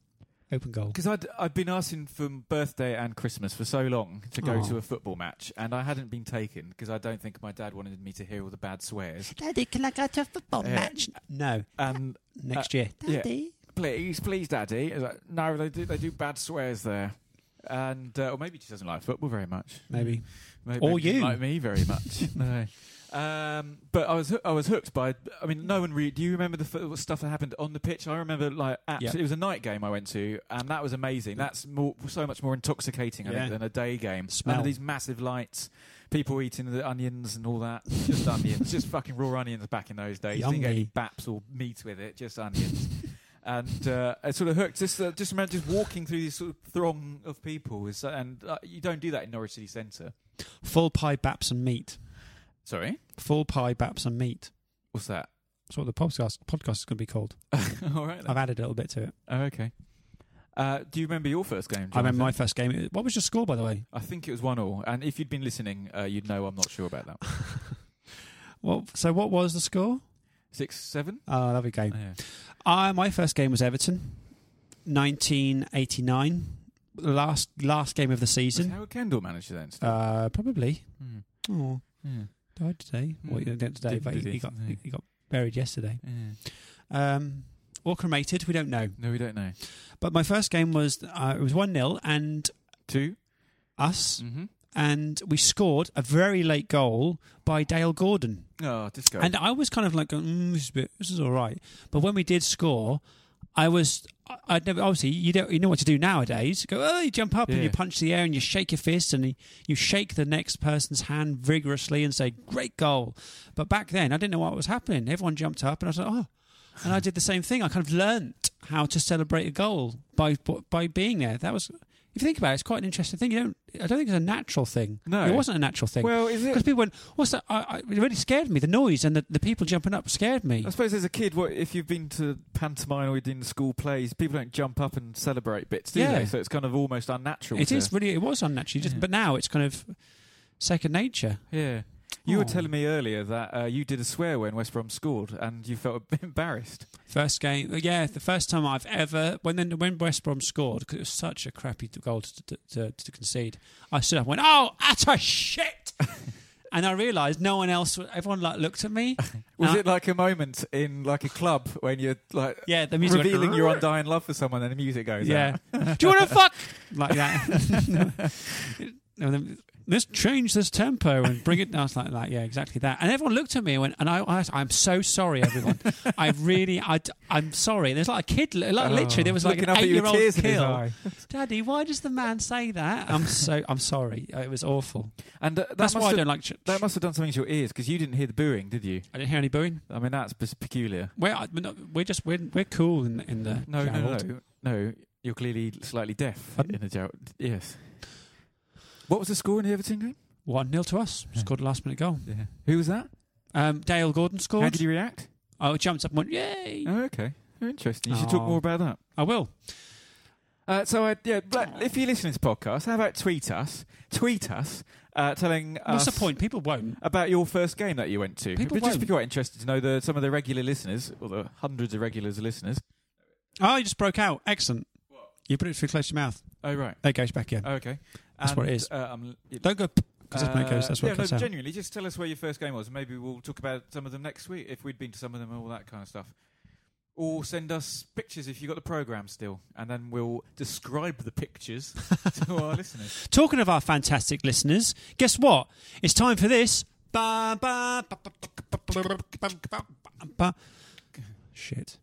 S1: Open goal.
S2: Because I'd, I'd been asking for birthday and Christmas for so long to go
S1: Oh.
S2: to a football match, and I hadn't been taken because I don't think my dad wanted me to hear all the bad swears.
S1: Daddy, can I go to a football
S2: Yeah.
S1: match? Uh, No,
S2: And
S1: next year.
S2: yeah. please, please, daddy. I was like, no, they do, they do bad swears there. And uh, or maybe she doesn't like football very much.
S1: Maybe.
S2: Maybe
S1: Or
S2: they didn't
S1: you.
S2: like me very much. no. Um, but I was hoo- I was hooked by. I mean, no one. Re- do you remember the f- stuff that happened on the pitch? I remember like absolutely, it was a night game I went to, and that was amazing. That's more so much more intoxicating I
S1: Yeah.
S2: think than a day game.
S1: Smell.
S2: Under these massive lights, people eating the onions and all that. Just onions, just fucking raw onions back in those days. Didn't get any
S1: Yummy.
S2: baps or meat with it, just onions. and uh, it sort of hooked. Just, uh, just remember, just walking through this sort of throng of people, is, and uh, you don't do that in Norwich City Centre.
S1: Full pie, baps, and meat.
S2: Sorry,
S1: Full pie, baps, and meat.
S2: what's that?
S1: That's what the podcast podcast is going to be called.
S2: All right. then.
S1: I've added a little bit to it.
S2: Oh, okay. Uh, do you remember your first game?
S1: I remember my
S2: Jonathan?
S1: first game. What was your score, by the way?
S2: I think it was one all, and if you'd been listening, uh, you'd know I'm not sure about that.
S1: Well, so what was the score?
S2: Six, seven.
S1: Oh, lovely game.
S2: Yeah.
S1: Uh, my first game was Everton, 1989. The Last last game of the
S2: Was
S1: season,
S2: Howard Kendall manager then? still?
S1: uh, probably.
S2: Hmm.
S1: Oh,
S2: Yeah.
S1: died today. Well,
S2: Hmm.
S1: he didn't today,
S2: Didn't,
S1: but
S2: did
S1: he,
S2: he?
S1: he got
S2: Yeah.
S1: he got buried yesterday.
S2: Yeah.
S1: Um, or cremated, we don't know.
S2: No, we don't know.
S1: But my first game was uh, it was one 0 and
S2: 2
S1: us,
S2: Mm-hmm.
S1: and we scored a very late goal by Dale Gordon.
S2: Oh, disco.
S1: And I was kind of like, going, mm, this is a bit, this is all right. But when we did score, I was, I- I'd never obviously you don't you know what to do nowadays. You go, oh, you jump up and you
S2: Yeah.
S1: punch the air and you shake your fist and you shake the next person's hand vigorously and say, great goal. But back then, I didn't know what was happening. Everyone jumped up and I was like, oh, and I did the same thing. I kind of learnt how to celebrate a goal by by being there. That was, if you think about it, it's quite an interesting thing. You don't, I don't think it's a natural thing.
S2: No.
S1: it wasn't a natural thing.
S2: Well, is it-
S1: because people went, "What's that?" I, I, it really scared me. The noise and the, the people jumping up scared me.
S2: I suppose as a kid, what if you've been to pantomime or you've been to school plays, people don't jump up and celebrate bits, do
S1: Yeah.
S2: they? So it's kind of almost unnatural.
S1: It
S2: to-
S1: is really, it was unnatural. Just,
S2: Yeah.
S1: but now it's kind of second nature.
S2: Yeah. You
S1: Oh.
S2: were telling me earlier that uh, you did a swear when West Brom scored, and you felt a bit embarrassed.
S1: First game, uh, yeah, the first time I've ever when then when West Brom scored because it was such a crappy goal to, to, to, to concede. I stood up and went, "Oh, utter shit!" and I realised no one else, everyone like looked at me.
S2: Was
S1: And
S2: it like a moment in like a club when you're like
S1: Yeah, the music went-
S2: revealing your undying love for someone, and the music
S1: I-
S2: goes
S1: yeah.
S2: out?
S1: Do you want to fuck like that? And then, Let's change this tempo and bring it. I was like, like, yeah, exactly that. And everyone looked at me and went, and I, I I'm so sorry, everyone. I really, I, am sorry. There's like a kid, like literally, there was like an
S2: Oh. Looking up at
S1: eight
S2: you
S1: year
S2: with
S1: old
S2: tears in his
S1: kill.
S2: eye.
S1: Daddy, why does the man say that? I'm so I'm sorry. It was awful.
S2: And uh, that
S1: That's
S2: must
S1: why I
S2: have-
S1: don't like ch-
S2: that must have done something to your ears because you didn't hear the booing, did you?
S1: I didn't hear any booing.
S2: I mean, that's just peculiar.
S1: We're I- we're, not, we're just we're, we're cool in in the
S2: No, no,
S1: Gerald.
S2: no, no. You're clearly slightly deaf
S1: Pardon?
S2: in a Gerald. Yes. What was the score in the Everton game?
S1: One 0 to us. Scored a last minute goal.
S2: Yeah. Who was that?
S1: Um, Dale Gordon scored.
S2: How did you react?
S1: I jumped up and went, "Yay!"
S2: Oh, okay. Very interesting. You should talk
S1: Oh.
S2: more about that.
S1: I will.
S2: Uh, so, I, yeah, but if you listen to this podcast, how about tweet us? Tweet us uh, telling
S1: What's the
S2: us
S1: point? People won't.
S2: about your first game that you went to.
S1: People
S2: We'd just be
S1: won't.
S2: quite interested to know the, some of the regular listeners, or the hundreds of regulars listeners.
S1: Oh, you just broke out. Excellent. You put it too close to your mouth.
S2: Oh, right.
S1: There it goes back in.
S2: Okay.
S1: That's what it is.
S2: Uh, um, it-
S1: Don't go because that's when it goes. That's what
S2: yeah,
S1: it comes
S2: no,
S1: out.
S2: genuinely, just tell us where your first game was. Maybe we'll talk about some of them next week if we'd been to some of them and all that kind of stuff. Or send us pictures if you've got the program still, and then we'll describe the pictures to our listeners.
S1: Talking of our fantastic listeners, guess what? It's time for this. Ba, ba, ba, ba, ba, ba, ba, ba, ba, ba, ba. Shit.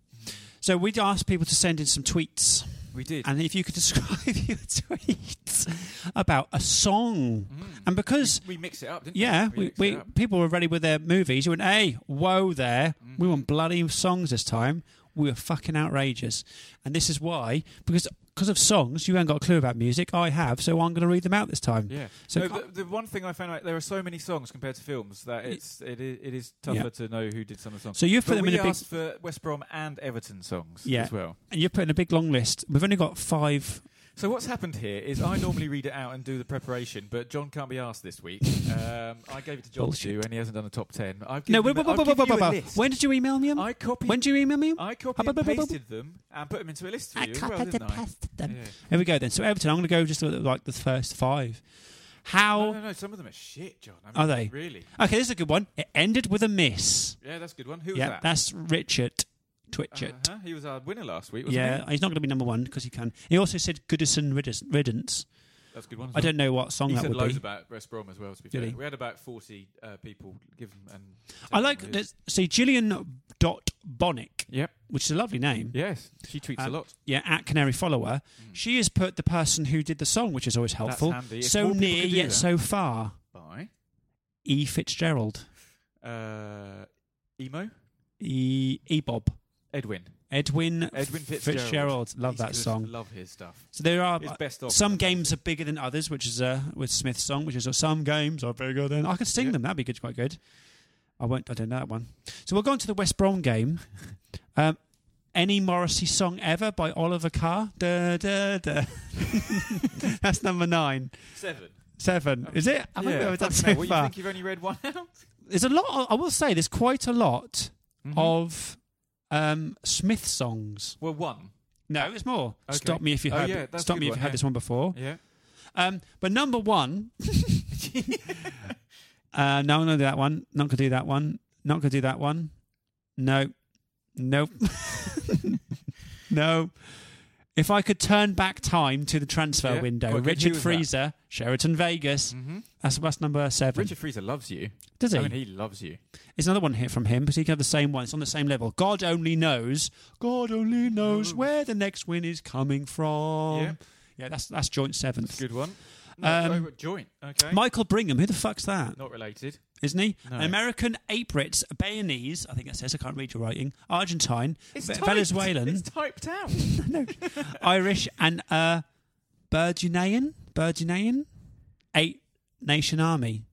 S1: So we'd ask people to send in some tweets.
S2: We did.
S1: And if you could describe your tweets about a song. And because,
S2: we mix it up, didn't
S1: yeah,
S2: we?
S1: we, we, people were ready with their movies, you went, hey, whoa there.
S2: Mm-hmm.
S1: We want bloody songs this time. We were fucking outrageous. And this is why, because because of songs, you haven't got a clue about music. I have, so I'm going to read them out this time.
S2: Yeah.
S1: So
S2: So the, the one thing I found out there are so many songs compared to films that it's it is, it is tougher
S1: Yeah.
S2: to know who did some of the songs.
S1: So you've put
S2: But
S1: them in
S2: we
S1: a big-
S2: asked for West Brom and Everton songs
S1: Yeah.
S2: as well.
S1: and you're putting a big long list. We've only got five.
S2: So what's happened here is I normally read it out and do the preparation, but John can't be asked this week. Um, I gave it to John to do,
S1: Bullshit.
S2: and he hasn't done a top ten. I've
S1: No,
S2: given
S1: wait,
S2: him,
S1: wait, wait,
S2: I've
S1: wait,
S2: given
S1: wait,
S2: you a
S1: wait.
S2: list.
S1: when did you email me? 'em?
S2: I copied.
S1: When did you email me? 'em?
S2: I copied
S1: Ah,
S2: and
S1: bu- bu- bu- bu-
S2: pasted them and put them into a list for
S1: I
S2: you as well,
S1: copied
S2: didn't
S1: and
S2: I?
S1: pasted them.
S2: Yeah.
S1: Here we go then. So Everton, I'm going to go just look at, like the first five.
S2: No,
S1: How
S2: no, no. Some of them are shit, John. I mean,
S1: Oh. are they?
S2: really?
S1: Okay, this is a good one. It ended with a miss.
S2: Yeah, that's a good one. Who was
S1: yeah,
S2: that?
S1: that's Richard Twitchett.
S2: Uh-huh. He was our winner last week. Wasn't
S1: Yeah,
S2: he?
S1: he's not going to be number one because he can. He also said Goodison Riddance- Riddance.
S2: that's a good one. as
S1: I
S2: well.
S1: don't know what song
S2: He
S1: that
S2: said
S1: would
S2: loads
S1: be.
S2: about West Brom as well. To be
S1: Did
S2: fair,
S1: he?
S2: we had about forty uh, people give them. And
S1: I like.
S2: his-
S1: let's See, Gillian dot Bonnick,
S2: Yep.
S1: which is a lovely name.
S2: Yes, she tweets a
S1: Um,
S2: lot.
S1: Yeah, at Canary Follower. She has put the person who did the song, which is always helpful.
S2: Hmm. handy. If
S1: So
S2: more people
S1: near
S2: could do
S1: yet
S2: that.
S1: so far.
S2: Bye.
S1: E Fitzgerald.
S2: Uh, emo.
S1: E E Bob.
S2: Edwin.
S1: Edwin,
S2: Edwin Fitzgerald.
S1: Fitzgerald. Love
S2: He's
S1: that
S2: good.
S1: song.
S2: Love his stuff.
S1: So there are
S2: His best of
S1: some
S2: them.
S1: games are bigger than others, which is uh, with Smith's song, which is uh, some games are bigger than. I could sing
S2: Yeah.
S1: them. That'd be good, quite good. I won't. I don't know that one. So we'll go on to the West Brom game. Um, any Morrissey song ever by Oliver Carr? Da, da, da. That's number nine.
S2: Seven.
S1: Seven. Is it? I think we've done
S2: fucking
S1: so
S2: hell, what,
S1: far.
S2: You think you've only read one out?
S1: there's a lot. I will say there's quite a lot
S2: Mm-hmm.
S1: of um, Smith songs.
S2: Well, one.
S1: No, there's more.
S2: Okay.
S1: Stop me if you
S2: Oh,
S1: heard.
S2: yeah, that's
S1: stop
S2: a
S1: me if
S2: good
S1: you
S2: one,
S1: had
S2: yeah.
S1: this one before.
S2: Yeah.
S1: Um, but number one, uh, no, I'm gonna do that one. Not gonna do that one. Not gonna do that one. No, nope, no. If I could turn back time to the transfer
S2: Yeah,
S1: window,
S2: quite good.
S1: Richard
S2: Who was that? Mm-hmm.
S1: Freezer, Sheraton Vegas. That's that's number seven.
S2: Richard Freezer loves you.
S1: Does he?
S2: I mean, he loves you.
S1: There's another one here from him, but he can have the same one. It's on the same level. God only knows. God only knows where the next win is coming from.
S2: Yeah.
S1: Yeah, that's that's joint seventh.
S2: Good one. No,
S1: Um,
S2: oh, joint. Okay.
S1: Michael Brigham, who the fuck's that?
S2: Not related.
S1: Is isn't he?
S2: No.
S1: An American, Aprits, Bayanese, I think that says, I can't read your writing, Argentine,
S8: It's
S1: Ve-
S8: typed.
S1: Venezuelan,
S8: It's typed out.
S1: no. Irish, and uh, Burgeonian, Burgeonian, Eight Nation Army,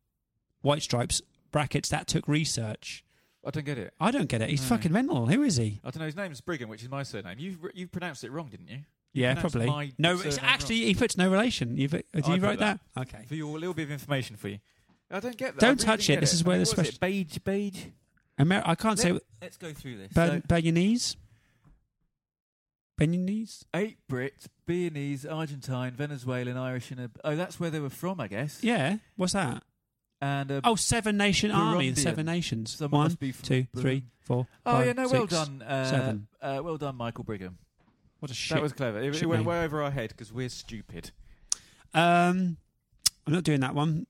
S1: White Stripes, brackets, that took research.
S2: I don't get it.
S1: I don't get it. He's
S2: No.
S1: fucking mental. Who is he?
S2: I don't know. His name's Brigham, which is my surname. You you pronounced it wrong, didn't you? You
S1: Yeah,
S2: pronounced
S1: probably.
S2: my
S1: no, it's
S2: surname wrong.
S1: actually he puts no relation. You've, do
S2: Oh, I
S1: you
S2: put
S1: write that? Okay.
S2: For your little bit of information for you. I don't get that.
S1: Don't
S2: I really
S1: touch
S2: didn't
S1: it.
S2: get
S1: This
S2: is
S1: is where this
S2: was it? Beige, beige.
S1: Amer- I can't say.
S2: Let- let's go through this.
S1: Ba-
S2: So-
S1: Bayanese? Bayanese?
S2: Eight Brit, Beanese, Argentine, Venezuelan, Irish, and a, oh, that's where they were from, I guess.
S1: Yeah. What's that?
S2: And uh, a
S1: Oh, Seven Nation Army and Seven
S2: Burundian.
S1: Nations.
S2: Someone
S1: One,
S2: must be from
S1: two, three,
S2: Burundi.
S1: four,
S2: Oh
S1: five,
S2: yeah, no, well
S1: six,
S2: done. Uh,
S1: seven.
S2: Uh, well done, Michael Brigham.
S1: What a shit.
S2: That was clever. It,
S1: shit
S2: it went
S1: name.
S2: way over our head because we're stupid.
S1: Um, I'm not doing that one.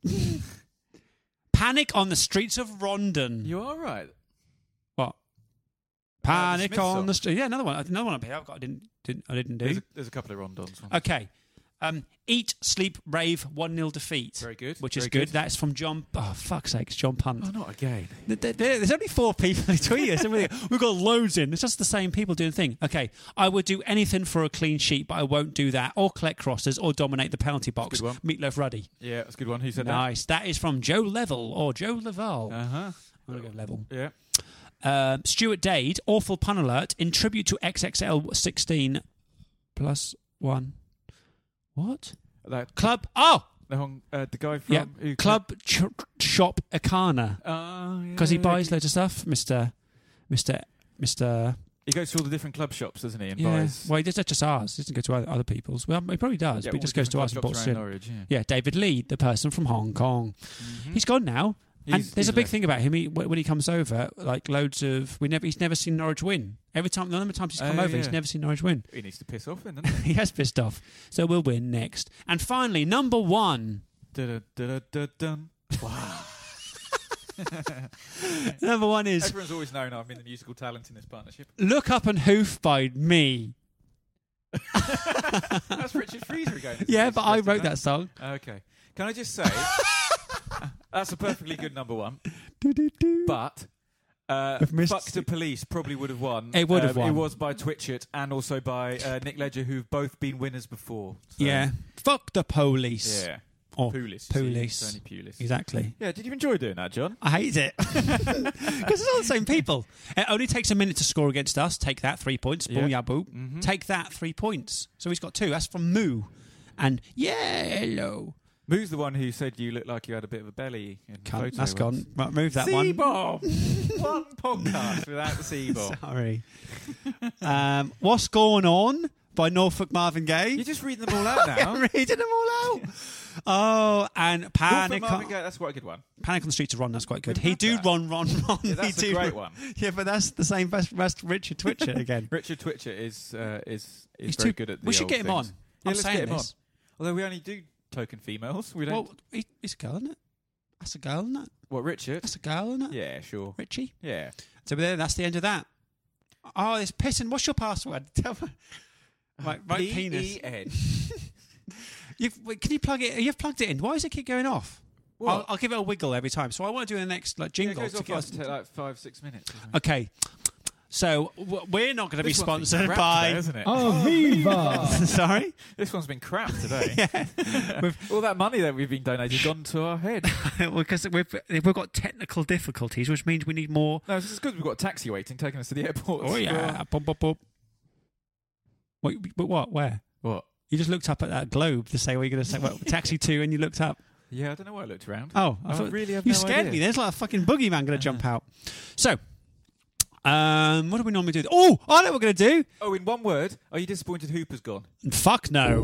S1: Panic on the streets of Rondon.
S2: You are right.
S1: What?
S2: Uh, the
S1: Panic
S2: Smiths
S1: on the
S2: song.
S1: street. Yeah, another one. Another one up here. I've got. I didn't. Didn't. I didn't do.
S2: There's a, there's a couple of rondons. on.
S1: Okay. Um, eat, sleep, rave, 1 0 defeat.
S2: Very good,
S1: Which is
S2: very
S1: good.
S2: good.
S1: That's from John. Oh, fuck's sake, it's John Punt.
S2: Oh, not again.
S1: Th- th- there- There's only four people who tweet us. haven't we? We've got loads in. It's just the same people doing thing. Okay, I would do anything for a clean sheet, but I won't do that, or collect crosses, or dominate the penalty box.
S2: good one.
S1: Meatloaf Ruddy.
S2: Yeah, that's a good one. Who said
S1: Nice. That is from Joe Level or Joe Leval.
S2: that? Uh huh.
S1: I'm gonna go Level.
S2: Yeah.
S1: Um, Stuart Dade, awful pun alert. In tribute to XXL 16 plus one. What
S2: That
S1: club? Oh,
S2: the, Hong, uh, the guy from
S1: yeah,
S2: who-
S1: club ch- shop Akana
S2: Oh, yeah,
S1: because he
S2: yeah,
S1: buys
S2: yeah.
S1: loads of stuff, Mister, Mister, Mister.
S2: He goes to all the different club shops, doesn't he? And
S1: Yeah.
S2: buys.
S1: Well, he does that just ours. He doesn't go to other, other people's. Well, he probably does,
S2: Yeah,
S1: but he
S2: all
S1: just
S2: the
S1: goes to
S2: different
S1: us and
S2: club
S1: bought
S2: shops
S1: us
S2: around
S1: in.
S2: Norwich, yeah.
S1: David Lee, the person from Hong Kong. He's gone now. and
S2: Mm-hmm. He's-
S1: there's a
S2: he's
S1: big
S2: left.
S1: thing about him. He, wh- when he comes over, like loads of we never. He's never seen Norwich win. Every time, the number of times he's come
S2: Oh,
S1: over, he's
S2: yeah.
S1: never seen Norwich win.
S2: He needs to piss off then. doesn't
S1: he has pissed off. So we'll win next. And finally, number one.
S2: he? Dun, dun, dun, dun, dun. Wow.
S1: Number one is
S2: Everyone's always known I'm in the musical talent in this partnership.
S1: "Look Up and Hoof" by me.
S2: That's Richard Freezer again. isn't
S1: Yeah,
S2: it?
S1: but I
S2: Suggested
S1: wrote that song.
S2: Okay. Can I just say that's a perfectly good number one, but uh,
S1: I've missed-
S2: Fuck to Police probably would have won.
S1: It would have
S2: Um,
S1: won.
S2: It was by Twitchett and also by uh, Nick Ledger, who've both been winners before. So,
S1: Yeah, fuck the police.
S2: Yeah.
S1: Or
S2: Pulis.
S1: Pulis.
S2: Tony Pulis.
S1: Exactly.
S2: Yeah, did you enjoy doing that, John?
S1: I hate it because it's all the same people. It only takes a minute to score against us. Take that three points. Boom,
S2: Yeah. Mm-hmm.
S1: yeah, boom. Take that three points. So he's got two. That's from Moo, and yeah, hello.
S2: Moo's the one who said you looked like you had a bit of a belly. In the
S1: Cunt.
S2: photo
S1: That's
S2: once.
S1: gone. Right, move that one.
S2: Seabomb! one podcast without the Seabomb.
S1: Sorry. um, What's going on by Norfolk Marvin
S2: You're
S1: Gaye?
S2: just reading them all out now.
S1: I'm reading them all out. Oh, and
S2: Norfolk
S1: panic.
S2: Marvin
S1: On,
S2: Gaye, that's quite a good one.
S1: panic on the streets of Ron. That's quite good.
S2: We've
S1: He
S2: had
S1: do
S2: that.
S1: Ron, Ron, Ron.
S2: Yeah, that's
S1: he
S2: a
S1: do
S2: great
S1: Ron.
S2: one.
S1: Yeah, but that's the same. Best, best Richard Twitchett again.
S2: Richard Twitchett is uh, is is
S1: He's
S2: very
S1: too-
S2: good at. The
S1: we should
S2: old
S1: get him
S2: things.
S1: on.
S2: Yeah,
S1: I'm
S2: let's
S1: saying
S2: get him
S1: this.
S2: on. Although we only do token females, we don't.
S1: Well, he, he's a girl, isn't it? That's a girl, isn't it?
S2: what Richard?
S1: That's a girl, isn't it?
S2: Yeah, sure.
S1: Richie.
S2: Yeah,
S1: So there, that's the end of that. Oh, it's pissing. What's your password? Tell
S2: Uh,
S1: me. Right, right
S2: E
S1: penis.
S2: P-E-N.
S1: You've, wait, can you plug it? You've plugged it in. Why does it keep going off?
S2: What?
S1: I'll, I'll give it a wiggle every time. So I want to do the next like
S2: Yeah, it
S1: jingle.
S2: goes
S1: to
S2: off
S1: get us-
S2: after like five six minutes. doesn't it?
S1: okay. So w- we're not going to be
S2: This one's been Oh.
S1: sponsored
S2: crap today,
S1: by.
S2: isn't it?
S4: Aviva!
S1: Oh. Sorry.
S2: This one's been crap today. All that money that we've been donated gone to our head.
S1: because we've we've got technical difficulties, which means we need more.
S2: No, this is good. We've got a taxi waiting, taking us to the airport.
S1: Oh yeah. Bum, bum, bum. Wait, but what? Where?
S2: What?
S1: You just looked up at that globe to say what you're going to say. What, taxi two, and you looked up.
S2: Yeah, I don't know why I looked around.
S1: Oh, I
S2: I
S1: thought,
S2: really have
S1: you
S2: no
S1: scared
S2: idea.
S1: me. There's like a fucking boogeyman going to jump out. So, um, what do we normally do? Oh, I know what we're going to
S2: Oh, in one word, are you disappointed Hooper's gone?
S1: do. Fuck no.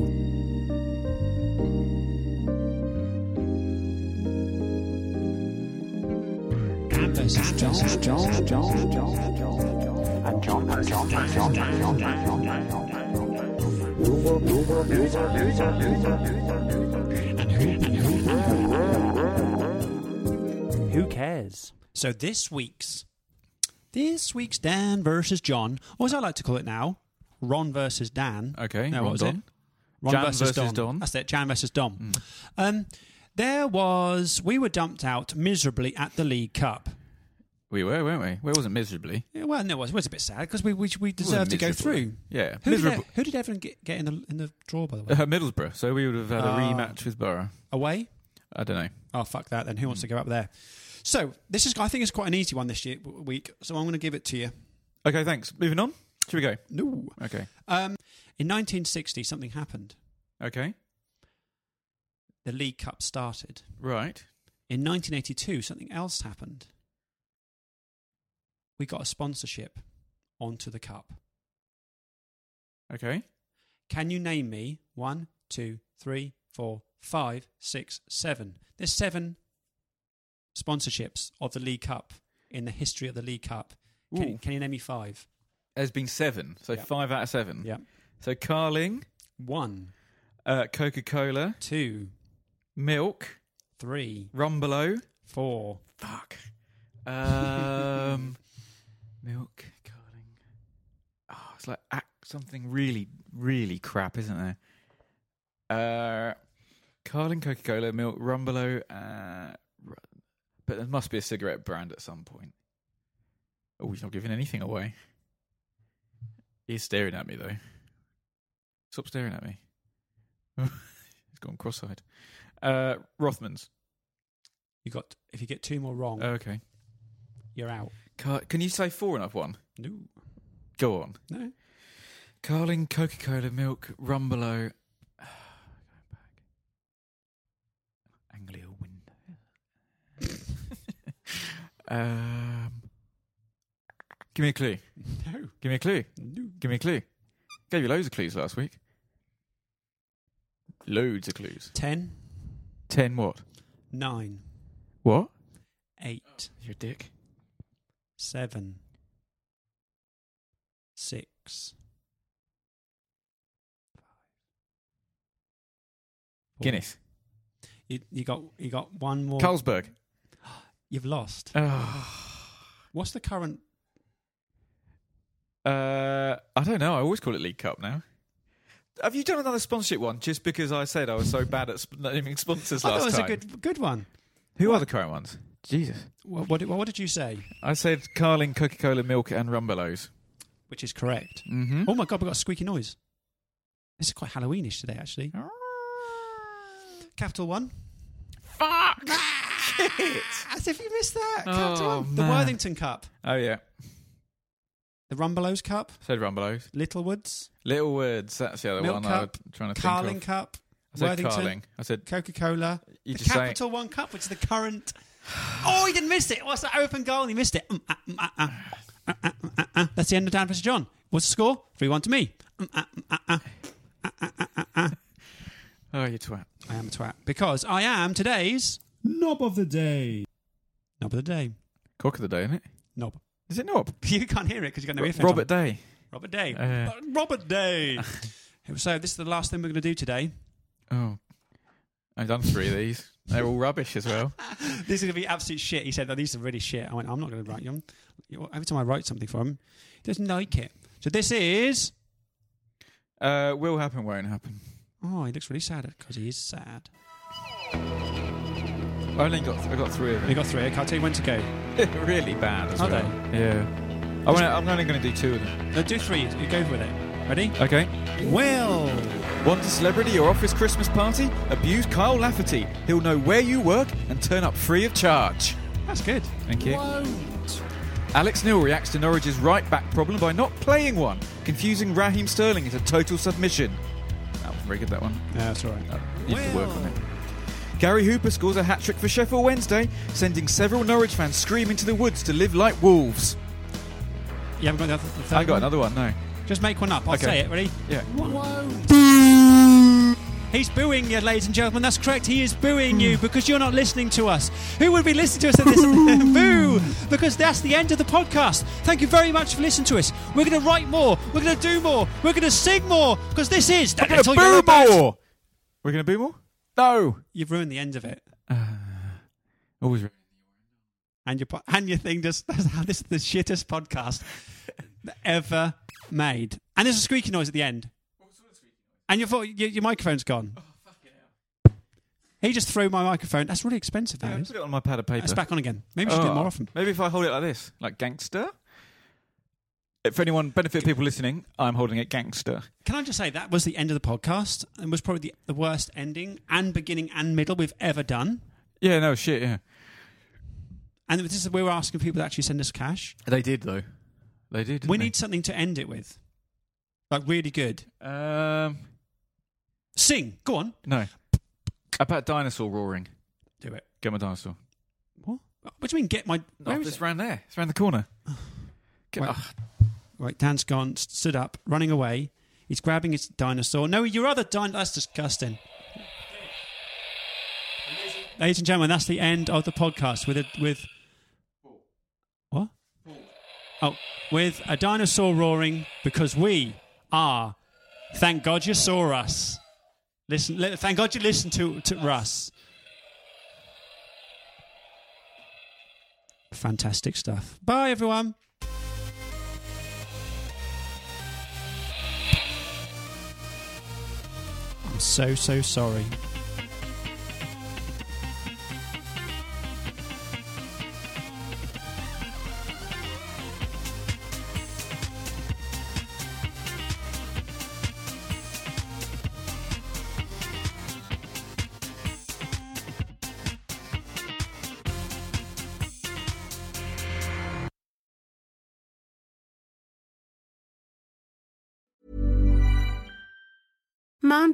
S1: Gambus, Gambus,
S8: Who cares?
S1: So this week's, this week's Dan versus John, or as I like to call it now, Ron versus Dan.
S2: Okay,
S1: No, what
S2: Ron
S1: was it?
S2: Don.
S1: Ron
S2: Jan
S1: versus,
S2: versus
S1: Dom.
S2: Don. Hmm.
S1: That's it. Jan versus Dom. Um, There was we were dumped out miserably at the League Cup.
S2: We were, weren't we? Well, it wasn't miserably.
S1: Yeah, well, no, it was, it was a bit sad because we we, we deserved to go
S2: miserably.
S1: through.
S2: Yeah,
S1: who did,
S2: miserable.
S1: Ev- who did Evan get, get in the in the draw by the way?
S2: Uh, Middlesbrough, so we would have had a
S1: Ah.
S2: rematch with Borough.
S1: Away?
S2: I don't know.
S1: Oh fuck that! Then who
S2: Mm.
S1: wants to go up there? So this is I think it's quite an easy one this year w- week. So I'm going to give it to you.
S2: Okay, thanks. Moving on. Should we go?
S1: No.
S2: Okay.
S1: Um, in 1960, something happened.
S2: Okay.
S1: The League Cup started.
S2: Right.
S1: In 1982, something else happened. We got a sponsorship onto the cup.
S2: Okay.
S1: Can you name me one, two, three, four, five, six, seven? There's seven sponsorships of the League Cup in the history of the League Cup.
S2: Ooh.
S1: Can, can you name me five?
S2: There's been seven, so
S1: Yeah.
S2: five out of seven.
S1: Yeah.
S2: So Carling,
S1: One,
S2: uh, Coca Cola,
S1: two,
S2: Milk,
S1: three,
S2: Rumbelow.
S1: four.
S2: Fuck. Um, milk, Carling. Oh, it's like ac- something really, really crap, isn't there? Uh, Carling, Coca Cola, milk, Rumbelow. Uh, Ru- but there must be a cigarette brand at some point. Oh, he's not giving anything away. He's staring at me though. Stop staring at me. he's gone cross-eyed. Uh, Rothman's.
S1: You got. If you get two more wrong,
S2: Okay.
S1: you're out.
S2: Car- Can you say four and I've won?
S1: No,
S2: Go on.
S1: no.
S2: Carling, Coca Cola, milk, Rumbelow. Anglia window. um, give me a clue.
S1: No,
S2: Give me a clue.
S1: no.
S2: Give me a clue. Gave you loads of clues last week. Loads of clues.
S1: Ten,
S2: Ten what?
S1: nine,
S2: What?
S1: eight,
S2: You're a dick.
S1: seven, six. Four.
S2: Guinness.
S1: You, you got you got one more.
S2: Carlsberg.
S1: You've lost. What's the current?
S2: Uh, I don't know. I always call it League Cup now. Have you done another sponsorship one just because I said I was so bad at sp- naming sponsors
S1: I thought it
S2: last
S1: was
S2: time?
S1: a good good one.
S2: Who are the current ones? Jesus.
S1: What, what, did- what did you say?
S2: I said Carling, Coca Cola, Milk, and Rumbelows.
S1: Which is correct.
S2: Mm-hmm.
S1: Oh my god, we got a squeaky noise. This is quite Halloweenish today, actually. Capital One.
S2: Fuck! Shit!
S1: As if you missed that.
S2: Oh,
S1: Capital One. The
S2: man.
S1: Worthington Cup.
S2: Oh, yeah.
S1: The Rumbelows Cup.
S2: Said Rumbelows.
S1: Littlewoods.
S2: Little Words. That's the other
S1: Milk
S2: one I was
S1: Cup.
S2: trying to
S1: Carling
S2: think of.
S1: Cup.
S2: I said
S1: Worthington.
S2: Carling. I said
S1: Coca Cola.
S2: You
S1: The
S2: just saying-
S1: Capital One Cup, which is the current. Oh, he didn't miss it. What's that open goal? He missed it. Mm, ah, mm, ah, ah. Ah, ah, mm, ah, ah. That's the end of Dan versus John. What's the score? 3 1 to me. Mm, ah, mm, ah, ah.
S2: Oh, you twat.
S1: I am a twat. Because I am today's
S4: Knob of the day.
S1: knob of the day.
S2: Cock of the day, isn't it?
S1: Knob.
S2: Is it knob?
S1: You can't hear it because you've got no
S2: Ro-
S1: earphones. on.
S2: Robert Day.
S1: Robert Day.
S2: Uh,
S1: But Robert Day. so this is the last thing we're going to do today.
S2: Oh. I've done three of these. They're all rubbish as well.
S1: This is going to be absolute shit. He said, oh, these are really shit. I went, I'm not going to write them. Every time I write something for him, he doesn't like it. So this is...
S2: Uh, will happen, won't happen.
S1: Oh, he looks really sad because he is sad.
S2: I only got I got three of
S1: We
S2: them.
S1: got three. I can't tell you when to go.
S2: really bad. As
S1: Are
S2: well. Yeah. I wanna, I'm only going to do two of them.
S1: No, do three. You go with it. Ready?
S2: Okay.
S1: Will.
S2: Want a celebrity your office Christmas party? Abuse Kyle Lafferty. He'll know where you work and turn up free of charge.
S1: That's good.
S2: Thank you. Alex Neil reacts to Norwich's right back problem by not playing one, confusing Raheem Sterling into total submission. That was very good. That one.
S1: No, that's all right.
S2: You have to work on it. Gary Hooper scores a hat trick for Sheffield Wednesday, sending several Norwich fans screaming to the woods to live like wolves.
S1: You haven't got the, other, the third
S2: I got
S1: one?
S2: another one. No.
S1: Just make one up. I'll
S2: Okay.
S1: say it. Ready?
S2: Yeah.
S1: He's booing you, ladies and gentlemen. That's correct. He is booing you because you're not listening to us. Who would be listening to us at this? Boo! Because that's the end of the podcast. Thank you very much for listening to us. We're going to write more. We're going to do more. We're going to sing more because this is the Little Yellow Bird.
S2: We're gonna boo more. No.
S1: You've ruined the end of it,
S2: Always. right.
S1: and your po- and your thing just. That's how this is the shittest podcast ever made. And there's a
S2: Oh,
S1: squeaky noise at the end. And your vo- your, your microphone's gone. He just threw my microphone. That's really expensive, that
S2: Yeah,
S1: is.
S2: put it on my pad of paper.
S1: It's back on again. Maybe we should do it
S2: Oh,
S1: more often.
S2: Maybe if I hold it like this, like gangster. If anyone benefit people listening, I'm holding it gangster.
S1: Can I just say that was the end of the podcast and was probably the, the worst ending and beginning and middle we've ever done.
S2: Yeah, no shit. Yeah,
S1: And this is we were asking people to actually send us cash.
S2: they did though. They did.
S1: We need something to end it with, like really good.
S2: Um,
S1: Sing, go on,
S2: no. About dinosaur roaring.
S1: do it.
S2: Get my dinosaur.
S1: What? What do you mean? Get my.
S2: No,
S1: Where is
S2: it's
S1: it?
S2: round there. It's round the corner. Get,
S1: Wait.
S2: ah,
S1: Right, Dan's gone, st- stood up, running away. He's grabbing his dinosaur. No, your other dinosaur. That's disgusting. Ladies and gentlemen, that's the end of the podcast with a with what? Oh, with a dinosaur roaring because we are. Thank God you saw us. Listen, li- thank God you listened to to Russ. Fantastic stuff. Bye, everyone. I'm so, so sorry.
S6: Mom